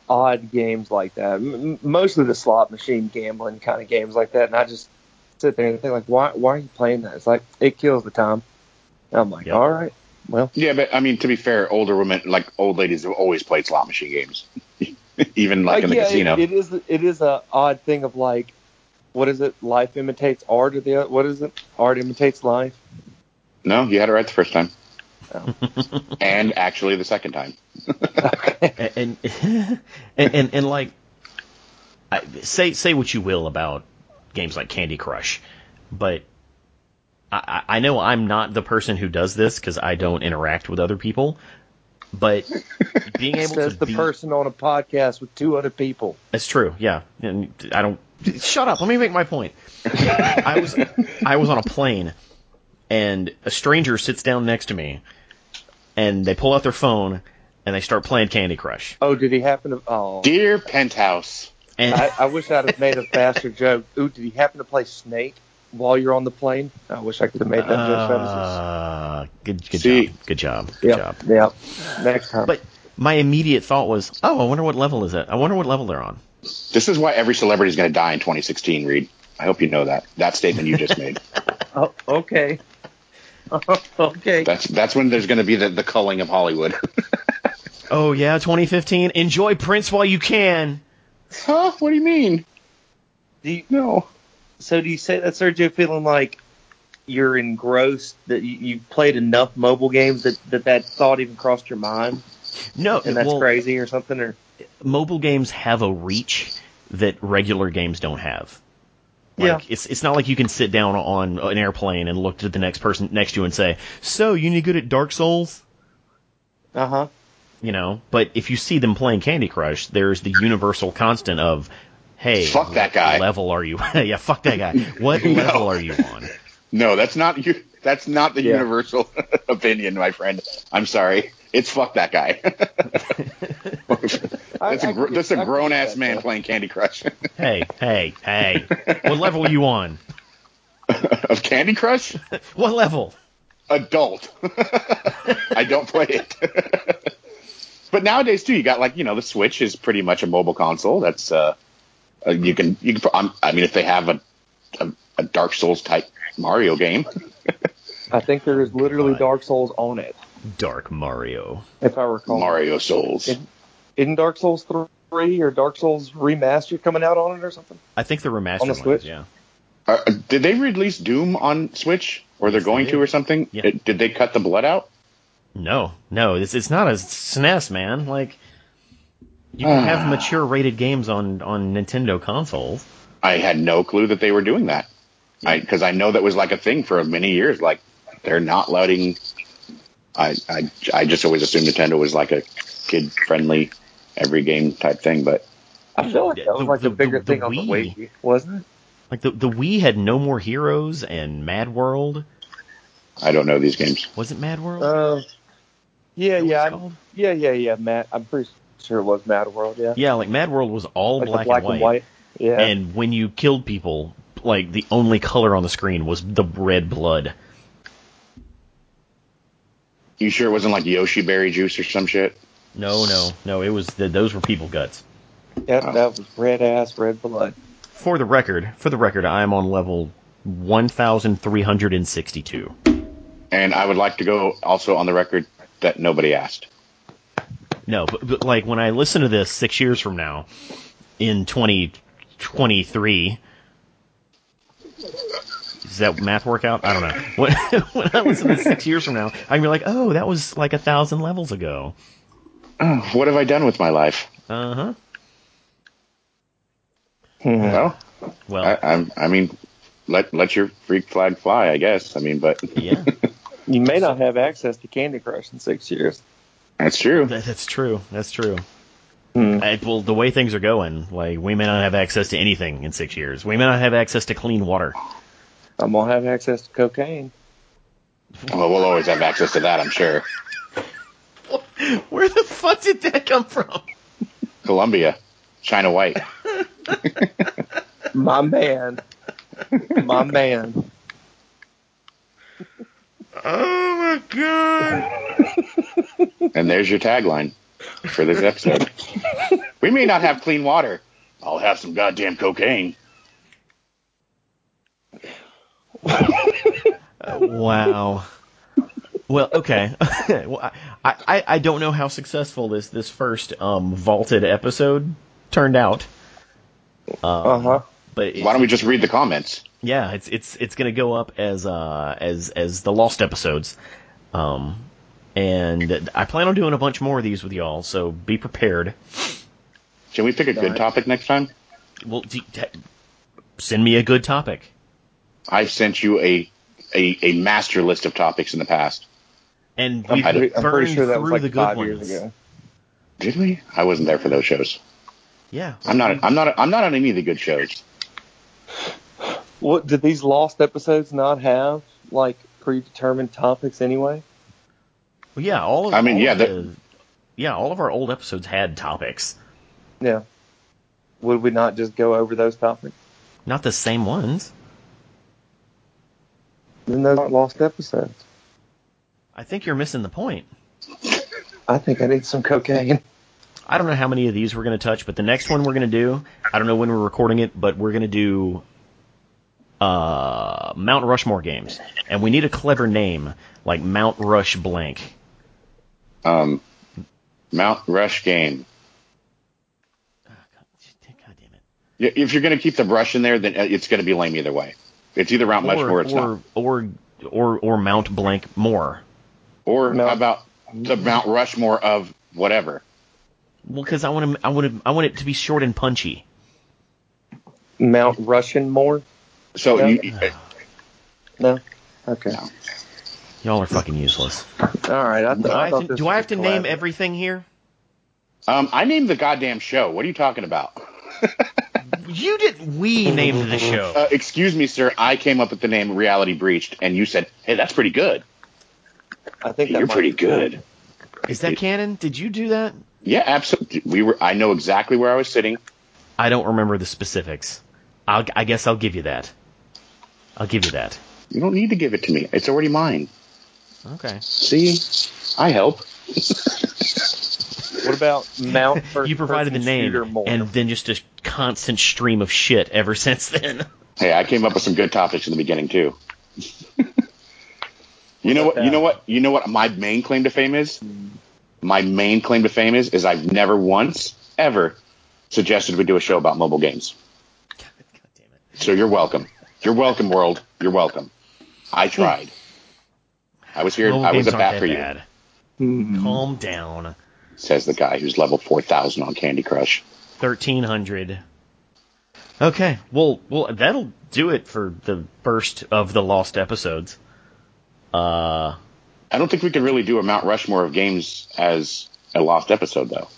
odd games like that. M- m- mostly the slot machine gambling kind of games like that, and I just sit there and think like, why why are you playing that? It's like it kills the time. I'm like, Yep. all right, well. Yeah, but I mean, to be fair, older women, like old ladies, have always played slot machine games, (laughs) even like in the Uh, yeah, casino. it- it is it is a odd thing of like, what is it? Life imitates art, or the what is it? Art imitates life. no, you had it right the first time, Oh. (laughs) and actually the second time. and (laughs) and and, and, and like I, say say what you will about games like Candy Crush, but I, I I know I'm not the person who does this because I don't interact with other people. (laughs) But being able Says to the be, person on a podcast with two other people. that's true, yeah. And I don't shut up. Let me make my point. I was I was on a plane, and a stranger sits down next to me, and they pull out their phone and they start playing Candy Crush. Oh, did he happen to? Oh, Dear penthouse, And I, I wish I'd have made a faster joke. Ooh, did he happen to play Snake while you're on the plane? I wish I could have made that joke. Ah, Travis. Uh, good, good See? job. Good job. Good Yeah, job. yeah. Next time. But my immediate thought was, oh, I wonder what level is it. I wonder what level they're on. this is why every celebrity is going to die in 2016. Reed, I hope you know that that statement you just (laughs) made. oh, (laughs) okay. okay. That's that's when there's going to be the, the culling of Hollywood. (laughs) Oh yeah, 2015. Enjoy Prince while you can. huh? What do you mean? Do you- No. So do you say that, Sergio, feeling like you're engrossed that you, you've played enough mobile games that, that that thought even crossed your mind, No, and that's well, crazy or something? Or mobile games have a reach that regular games don't have. Like, Yeah. it's it's not like you can sit down on an airplane and look to the next person next to you and say, "So, you any good at Dark Souls?" uh huh. You know, but if you see them playing Candy Crush, there's the universal constant of, "Hey, Fuck that what guy." Level are you? (laughs) yeah, fuck that guy. What (laughs) No. level are you on? No, that's not you. That's not the Yeah. universal (laughs) opinion, my friend. I'm sorry. It's fuck that (laughs) guy. that's I a can gr- get- that's a I can grown get ass that, man though. playing Candy Crush. (laughs) Hey, hey, hey! What level are you on? of Candy Crush, What level? adult. (laughs) I don't play it. (laughs) but nowadays too, you got like you know the Switch is pretty much a mobile console. That's uh, uh, you can you can. I'm, I mean, if they have a a, a Dark Souls type Mario game, I think there is literally God. Dark Souls on it, Dark Mario. if I recall. Mario Souls. It- Isn't Dark Souls three or Dark Souls remastered coming out on it or something? I think the remastered On the ones, Switch? yeah. Uh, did they release Doom on Switch, or they're Yes, going they to, did. or something? Uh, Yeah. Did- Did they cut the blood out? No, no, it's it's not a SNES, man. Like you can (sighs) have mature rated games on on Nintendo consoles. I had no clue that they were doing that, because I, know that was like a thing for many years. Like they're not letting. I I, I just always assumed Nintendo was like a kid friendly, every game type thing, but I feel like that was The- like the- a bigger the- the thing on the Wii. Wii, wasn't it? Like the the Wii had No More Heroes and Mad World. I don't know these games. Was it Mad World? Uh, yeah, Is that what yeah, it's I'm, called? yeah, yeah, yeah. Matt, I'm pretty sure it was Mad World. Yeah, yeah. Like Mad World was all like black, the black and white. Yeah, and when you killed people, like the only color on the screen was the red blood. You sure it wasn't like Yoshi berry juice or some shit? No, no, no. It was the, those were people guts. that, that was red ass, red blood. For the record, for the record, I am on level one thousand three hundred and sixty-two. And I would like to go also on the record that nobody asked. No, but, but like when I listen to this six years from now, in twenty twenty-three, does that math work out? I don't know. (laughs) When, when I listen to this six years from now, I can be like, oh, that was like a thousand levels ago. What have I done with my life? Uh huh. Well, Well, I, I'm, I mean, let let your freak flag fly, I guess. I mean, but yeah, You may not have access to Candy Crush in six years. that's true. that, that's true. That's true. Hmm. I, well, the way things are going, like we may not have access to anything in six years. We may not have access to clean water. (laughs) I'm gonna have access to cocaine. Well, we'll always have access to that, I'm sure. Where the fuck did that come from? Colombia, China White. My man, my man. Oh my god! And there's your tagline for this episode. we may not have clean water. I'll have some goddamn cocaine. Wow. Well, okay. (laughs) well, I, I, I don't know how successful this this first um, vaulted episode turned out, Um, Uh huh. but it, Why don't we just read the comments? yeah, it's it's it's gonna go up as uh as as the lost episodes, um, and I plan on doing a bunch more of these with y'all, so be prepared. Can we pick a good topic next time? Well, d- d- send me a good topic. I've sent you a, a a master list of topics in the past. And I'm, we've pretty, I'm burned pretty sure that through was like the good five ones. years ago. Did we? I wasn't there for those shows. Yeah. I'm not. I'm not. I'm not on any of the good shows. What did these lost episodes not have like predetermined topics anyway? Well, yeah, all of I mean, all yeah, of that- the- yeah, all of our old episodes had topics, Yeah. Would we not just go over those topics? not the same ones. Then those aren't lost episodes. I think you're missing the point. I think I need some cocaine. I don't know how many of these we're going to touch, but the next one we're going to do, I don't know when we're recording it, but we're going to do uh, Mount Rushmore games, and we need a clever name like Mount Rush Blank. Um, Mount Rush game. God damn it! Y- If you're going to keep the brush in there, then uh, it's going to be lame either way. It's either Mount Rushmore, or it's or, not. or or or Mount Blank More. Or Mount- how about the Mount Rushmore of whatever? Well, because I want to, I want to, I want it to be short and punchy. Mount Rushmore? So Yeah. you, No. Okay. Y'all are fucking useless. All right. I th- Do I I have thought to, this do I was have to a name collab. everything here? um, I named the goddamn show. What are you talking about? You did. We named the show. Uh, excuse me, sir. I came up with the name Reality Breached, and you said, "Hey, that's pretty good. I think that You're might- pretty good." Is that canon? Did you do that? Yeah, absolutely. We were. I know exactly where I was sitting. I don't remember the specifics. I'll, I guess I'll give you that. I'll give you that. You don't need to give it to me. It's already mine. Okay. See, I help. What about (laughs) Mount? First You provided the Person name, Shooter More? and then just a constant stream of shit ever (laughs) since then. Hey, I came up with some good topics in the beginning too. (laughs) you know what? You know what? You know what? My main claim to fame is. My main claim to fame is is I've never once ever suggested we do a show about mobile games. God damn it. So you're welcome. You're welcome, world. You're welcome. I tried. I was here. Mobile I was games a aren't bat that for you, Mm-hmm. bad. Hmm. Calm down. says the guy who's level four thousand on Candy Crush. Thirteen hundred. Okay. Well, well, that'll do it for the first of the lost episodes. Uh, I don't think we could really do a Mount Rushmore of games as a lost episode though.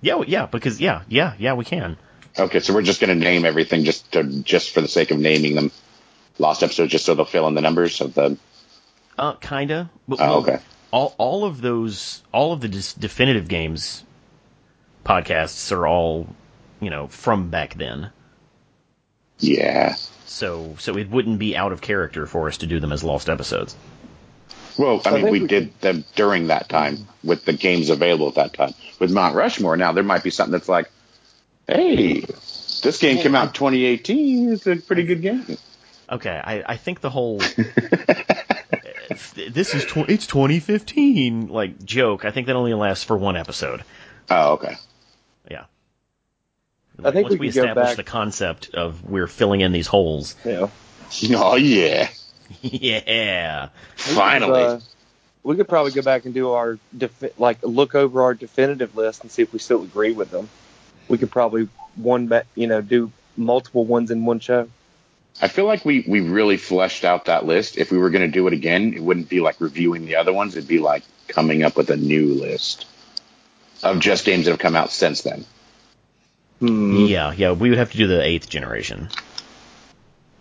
yeah, yeah, because yeah, yeah, yeah, we can. Okay, so we're just going to name everything just to, just for the sake of naming them. Lost episodes, just so they'll fill in the numbers of the. Uh, kinda. But, Oh, okay. All all of those, all of the dis- definitive games podcasts are all, you know, from back then. Yeah. So so it wouldn't be out of character for us to do them as lost episodes. Well, I I mean, think we we did them during that time with the games available at that time. With Mount Rushmore, now there might be something that's like, hey, this game came out in 2018. It's a pretty good game. Okay, I, I think the (laughs) whole this is tw- it's 2015 like joke. I think that only lasts for one episode. Oh, okay. (laughs) Yeah. I think once we we, could go establish back- the concept of we're filling in these holes. (laughs) Yeah. Oh, yeah. yeah. Finally. Uh, we could probably go back and do our defi- like look over our definitive list and see if we still agree with them. We could probably one bet, you know, do multiple ones in one show. I feel like we, we really fleshed out that list. If we were going to do it again, it wouldn't be like reviewing the other ones. It'd be like coming up with a new list of just games that have come out since then. Hmm. Yeah, yeah, we would have to do the eighth generation.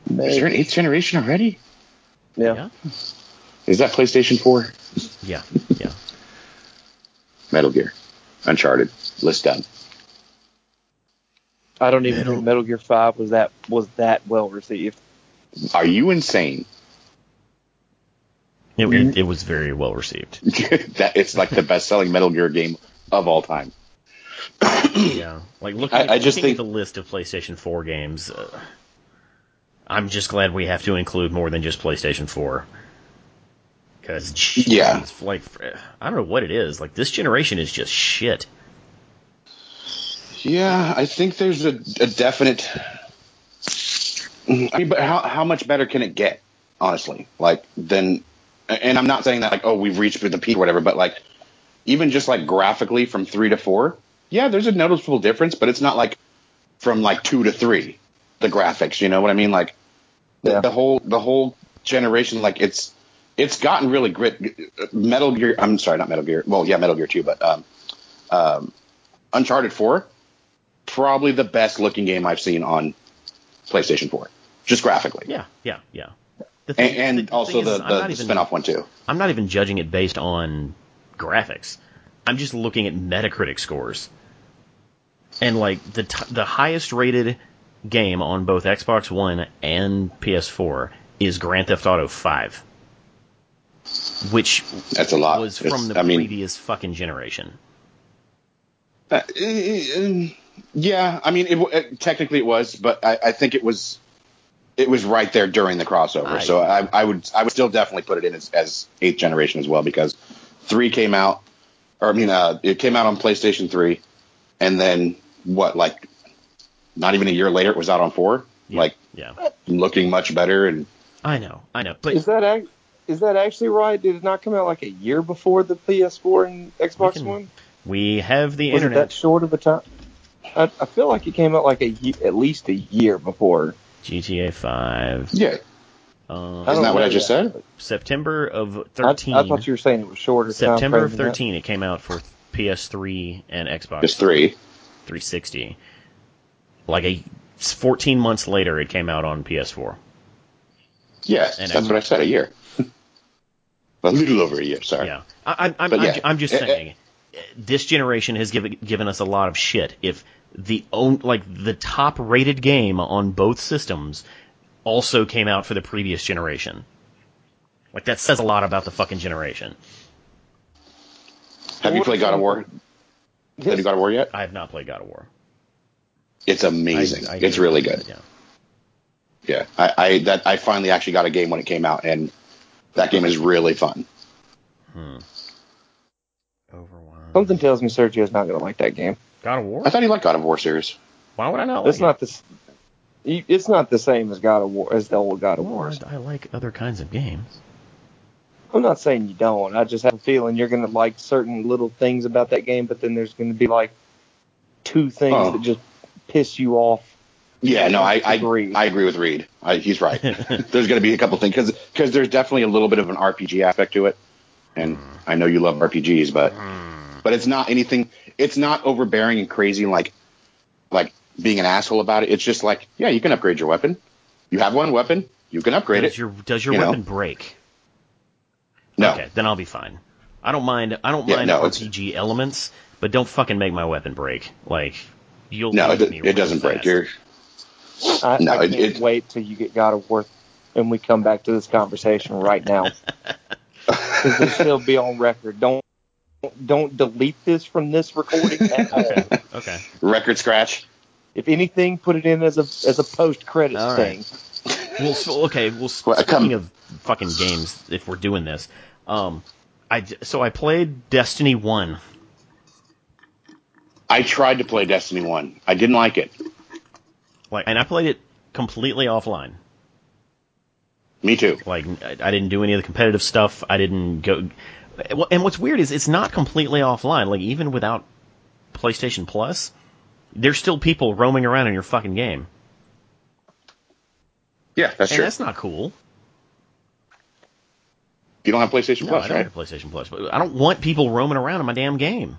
Is there an eighth generation already? Yeah. Yeah. Is that PlayStation 4? Yeah. Yeah. Metal Gear. Uncharted. List done. I don't even Metal- think Metal Gear Five was that was that well received. Are you insane? (laughs) It, it, it was very well received. that it's like the best selling Metal Gear game of all time. Yeah, like looking. I- At, I just looking think- at the list of PlayStation Four games. Uh, I'm just glad we have to include more than just PlayStation Four. Because Yeah. like I don't know what it is. Like this generation is just shit. Yeah, I think there's a, a definite. I mean, but how how much better can it get? Honestly, like then, and I'm not saying that like oh we've reached the peak or whatever, but like even just like graphically from three to four, yeah, there's a noticeable difference, but it's not like from like two to three, the graphics. You know what I mean? Like the, Yeah. the whole the whole generation, like it's it's gotten really grit. Metal Gear, I'm sorry, not Metal Gear. Well, yeah, Metal Gear Two, but um, um, Uncharted Four, probably the best looking game I've seen on PlayStation Four, just graphically, Yeah, yeah, yeah. The thing- and, the- and the thing also is, the, I'm the not even- spinoff one too. I'm not even judging it based on graphics. I'm just looking at Metacritic scores. And like the t- the highest rated game on both Xbox One and PS4 is Grand Theft Auto 5, which That's a lot. was It's- from the I mean, previous fucking generation. Uh, uh, yeah, I mean, it, w- it, technically it was, but I, I think it was it was right there during the crossover. I- so I, I would I would still definitely put it in as, as eighth generation as well because three came out, or I mean, uh, it came out on PlayStation three, and then what like not even a year later it was out on four, Yeah, like yeah, looking much better and I know, I know, but Is that ac- is that actually right? Did it not come out like a year before the PS4 and Xbox can- One? we have the Was it that internet. short of a time? I, I feel like it came out like a ye- at least a year before. GTA 5, yeah, I um, isn't don't that what know I just that. said? September of I, I 13. thought you were saying it was shorter. September of timeframe than that. 13, it came out for PS3 and Xbox Just three. 360. Like a 14 months later, it came out on PS4. Yeah, And that's I- what I said. (laughs) A year, a little over a year. Sorry. Yeah, I, I, I'm, But I'm, yeah. ju- I'm just Eh, eh. saying, eh, this generation has given given us a lot of shit. If the own like the top rated game on both systems also came out for the previous generation, like that says a lot about the fucking generation. Have you What- played God of War? Have you God of War yet? I have not played God of War. It's I- amazing. I it's hear- really good. Yeah. Yeah, I, I that I finally actually got a game when it came out, and that game is really fun. Hmm. Overwatch. Something tells me Sergio's not going to like that game. God of War. I thought he liked God of War series. Why would I not? It's like not this. It's not the same as God of War as the old it? God of Wars. I like other kinds of games. I'm not saying you don't. I just have a feeling you're going to like certain little things about that game, but then there's going to be like two things Oh. that just piss you off. Yeah, no, I I Agree. agree, I agree with Reed. I, he's (laughs) right. there's going to be a couple things because there's definitely a little bit of an RPG aspect to it, Mm. and I know you love RPGs, but but it's not anything. It's not overbearing and crazy like like being an asshole about it. It's just like, yeah, you can upgrade your weapon. You have one weapon, you can upgrade does it. your does your you know. weapon break? no, Okay, then I'll be fine. I don't mind. I don't Yeah, mind no, it's- RPG elements, but don't fucking make my weapon break. Like you'll no, it, lose me it real doesn't break. fast. You're, I, No, I it- can't it- wait till you get God of War and we come back to this conversation right (laughs) now. Because this will be on record. Don't don't delete this from this recording at all. (laughs) okay. Okay. record scratch. If anything, put it in as a as a post credits All right. thing. Well, so, okay. Well, Well, I speaking come- of fucking games, if we're doing this, um, I j- so I played Destiny One. I tried to play Destiny One. I didn't like it. Like, and I played it completely offline. Me too. Like, I I didn't do any of the competitive stuff. I didn't go. well, And what's weird is it's not completely offline. Like, even without PlayStation Plus, there's still people roaming around in your fucking game, Yeah, that's and true. that's not cool. you don't have PlayStation No, I Plus, don't right? have PlayStation Plus, but I don't want people roaming around in my damn game.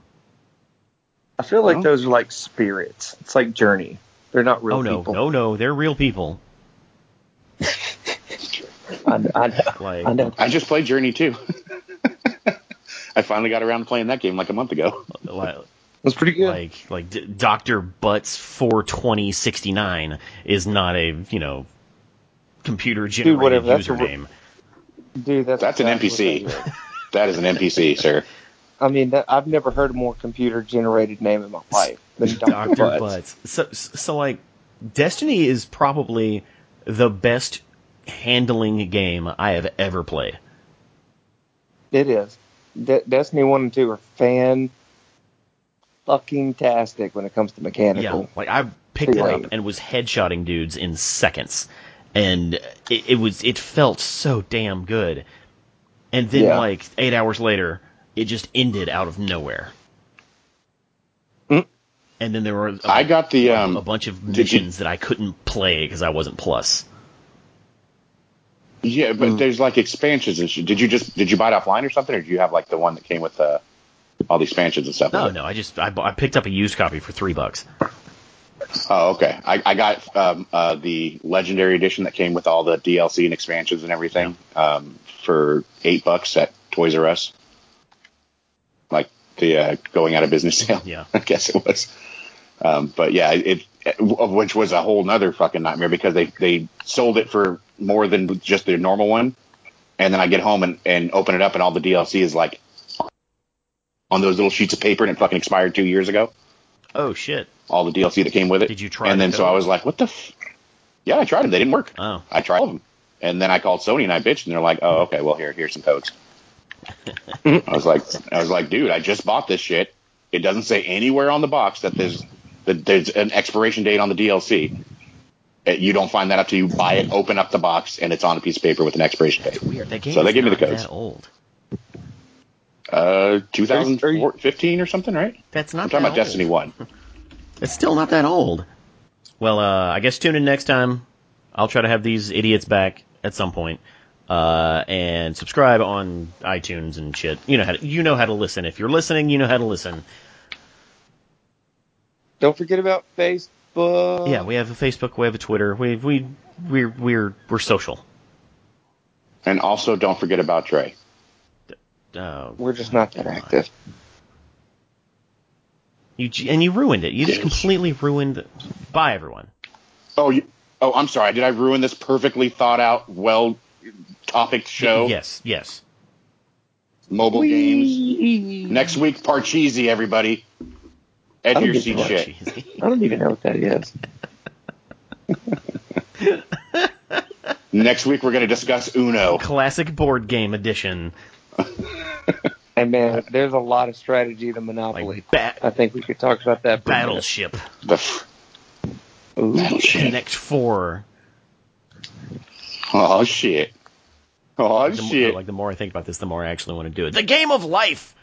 I feel Well. like those are like spirits. It's like Journey. They're not real oh no, people. no, no, they're real people. I, I, know- Like, I know. I just played Journey too. (laughs) I finally got around to playing that game like a month ago. like It's pretty good. like like D- Doctor Butts four twenty sixty nine is not a you know computer generated whatever, that's a re- username. Dude, that's, That's an exactly what NPC. that is. (laughs) That is an NPC, sir. I mean, that, I've never heard a more computer generated name in my life than Dr. Doctor Butts. Butts. So so like Destiny is probably the best handling game I have ever played. It is. De- Destiny 1 and 2 are fan fucking tastic when it comes to mechanical. Yeah, like I picked it Right. up and was headshotting dudes in seconds, and it, it was it felt so damn good. And then Yeah. like eight hours later, it just ended out of nowhere. Mm. And then there were a- I got the a um. bunch of you- missions that I couldn't play because I wasn't plus. Yeah, but there's like expansions and shit. Did you just did you buy it offline or something, or do you have like the one that came with uh, all the expansions and stuff? No, no, I just I, bu- I picked up a used copy for three bucks. Oh, okay. I, I got um, uh, the legendary edition that came with all the DLC and expansions and everything um, for eight bucks at Toys R Us, like the uh, going out of business (laughs) sale. Yeah. I guess it was. Um, but yeah, it of which was a whole nother fucking nightmare because they they sold it for more than just their normal one, and then I get home and and open it up and all the DLC is like on those little sheets of paper and it fucking expired two years ago Oh shit! all the DLC that came with it. Did you try And the then so code? I was like, what the? F-? Yeah, I tried them. They didn't work. Oh, I tried all of them, and then I called Sony and I bitched, and they're like, oh, okay, well here, here's (laughs) some codes. I was like, I was like, dude, I just bought this shit. It doesn't say anywhere on the box that there's that there's an expiration date on the DLC. Uh, You don't find that out till you buy it, open up the box, and it's on a piece of paper with an expiration date. weird. That game So they is gave me the not codes. that old. Uh, Are you- 2015 or something, right? That's not. I'm talking that about old. Destiny One. It's still not that old. Well, uh, I guess tune in next time. I'll try to have these idiots back at some point. Uh, and subscribe on iTunes and shit. You know how to, you know how to listen. If you're listening, you know how to listen. Don't forget about Facebook. Yeah, we have a Facebook, we have a Twitter, we we we're we're we're social. And also, don't forget about Dre. Uh, We're just not that active. you j- and you ruined it. You just Yes. completely ruined. Bye, everyone. Oh, you, oh, I'm sorry. Did I ruin this perfectly thought out, well topic show? Yes, yes. Mobile games. Next week, Parcheesi, everybody. Edge of That'll your be seat fun. shit. I don't even know what that is. Next week, we're going to discuss Uno. Classic board game edition. Hey man, there's a lot of strategy to Monopoly. Like bat I think we could talk about that. for a minute. battleship. The f- Ooh. Connect four. oh, shit. Oh, the, mo- shit. Like the more I think about this, the more I actually want to do it. The game of life.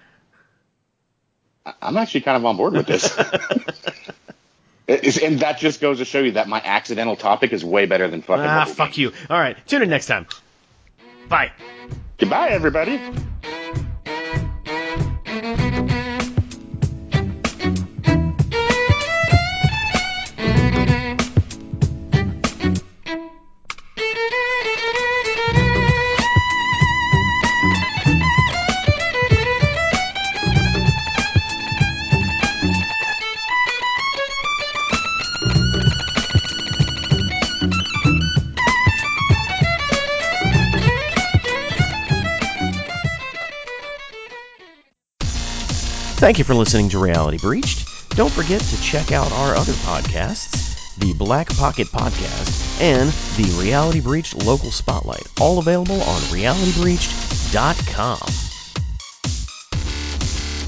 I'm actually kind of on board (laughs) with this. It is- and that just goes to show you that my accidental topic is way better than fucking. Ah, mobile fuck games. you. All right, tune in next time. Bye. Goodbye, everybody. Thank you for listening to Reality Breached. Don't forget to check out our other podcasts, the Black Pocket Podcast and the Reality Breached Local Spotlight, all available on realitybreached.com.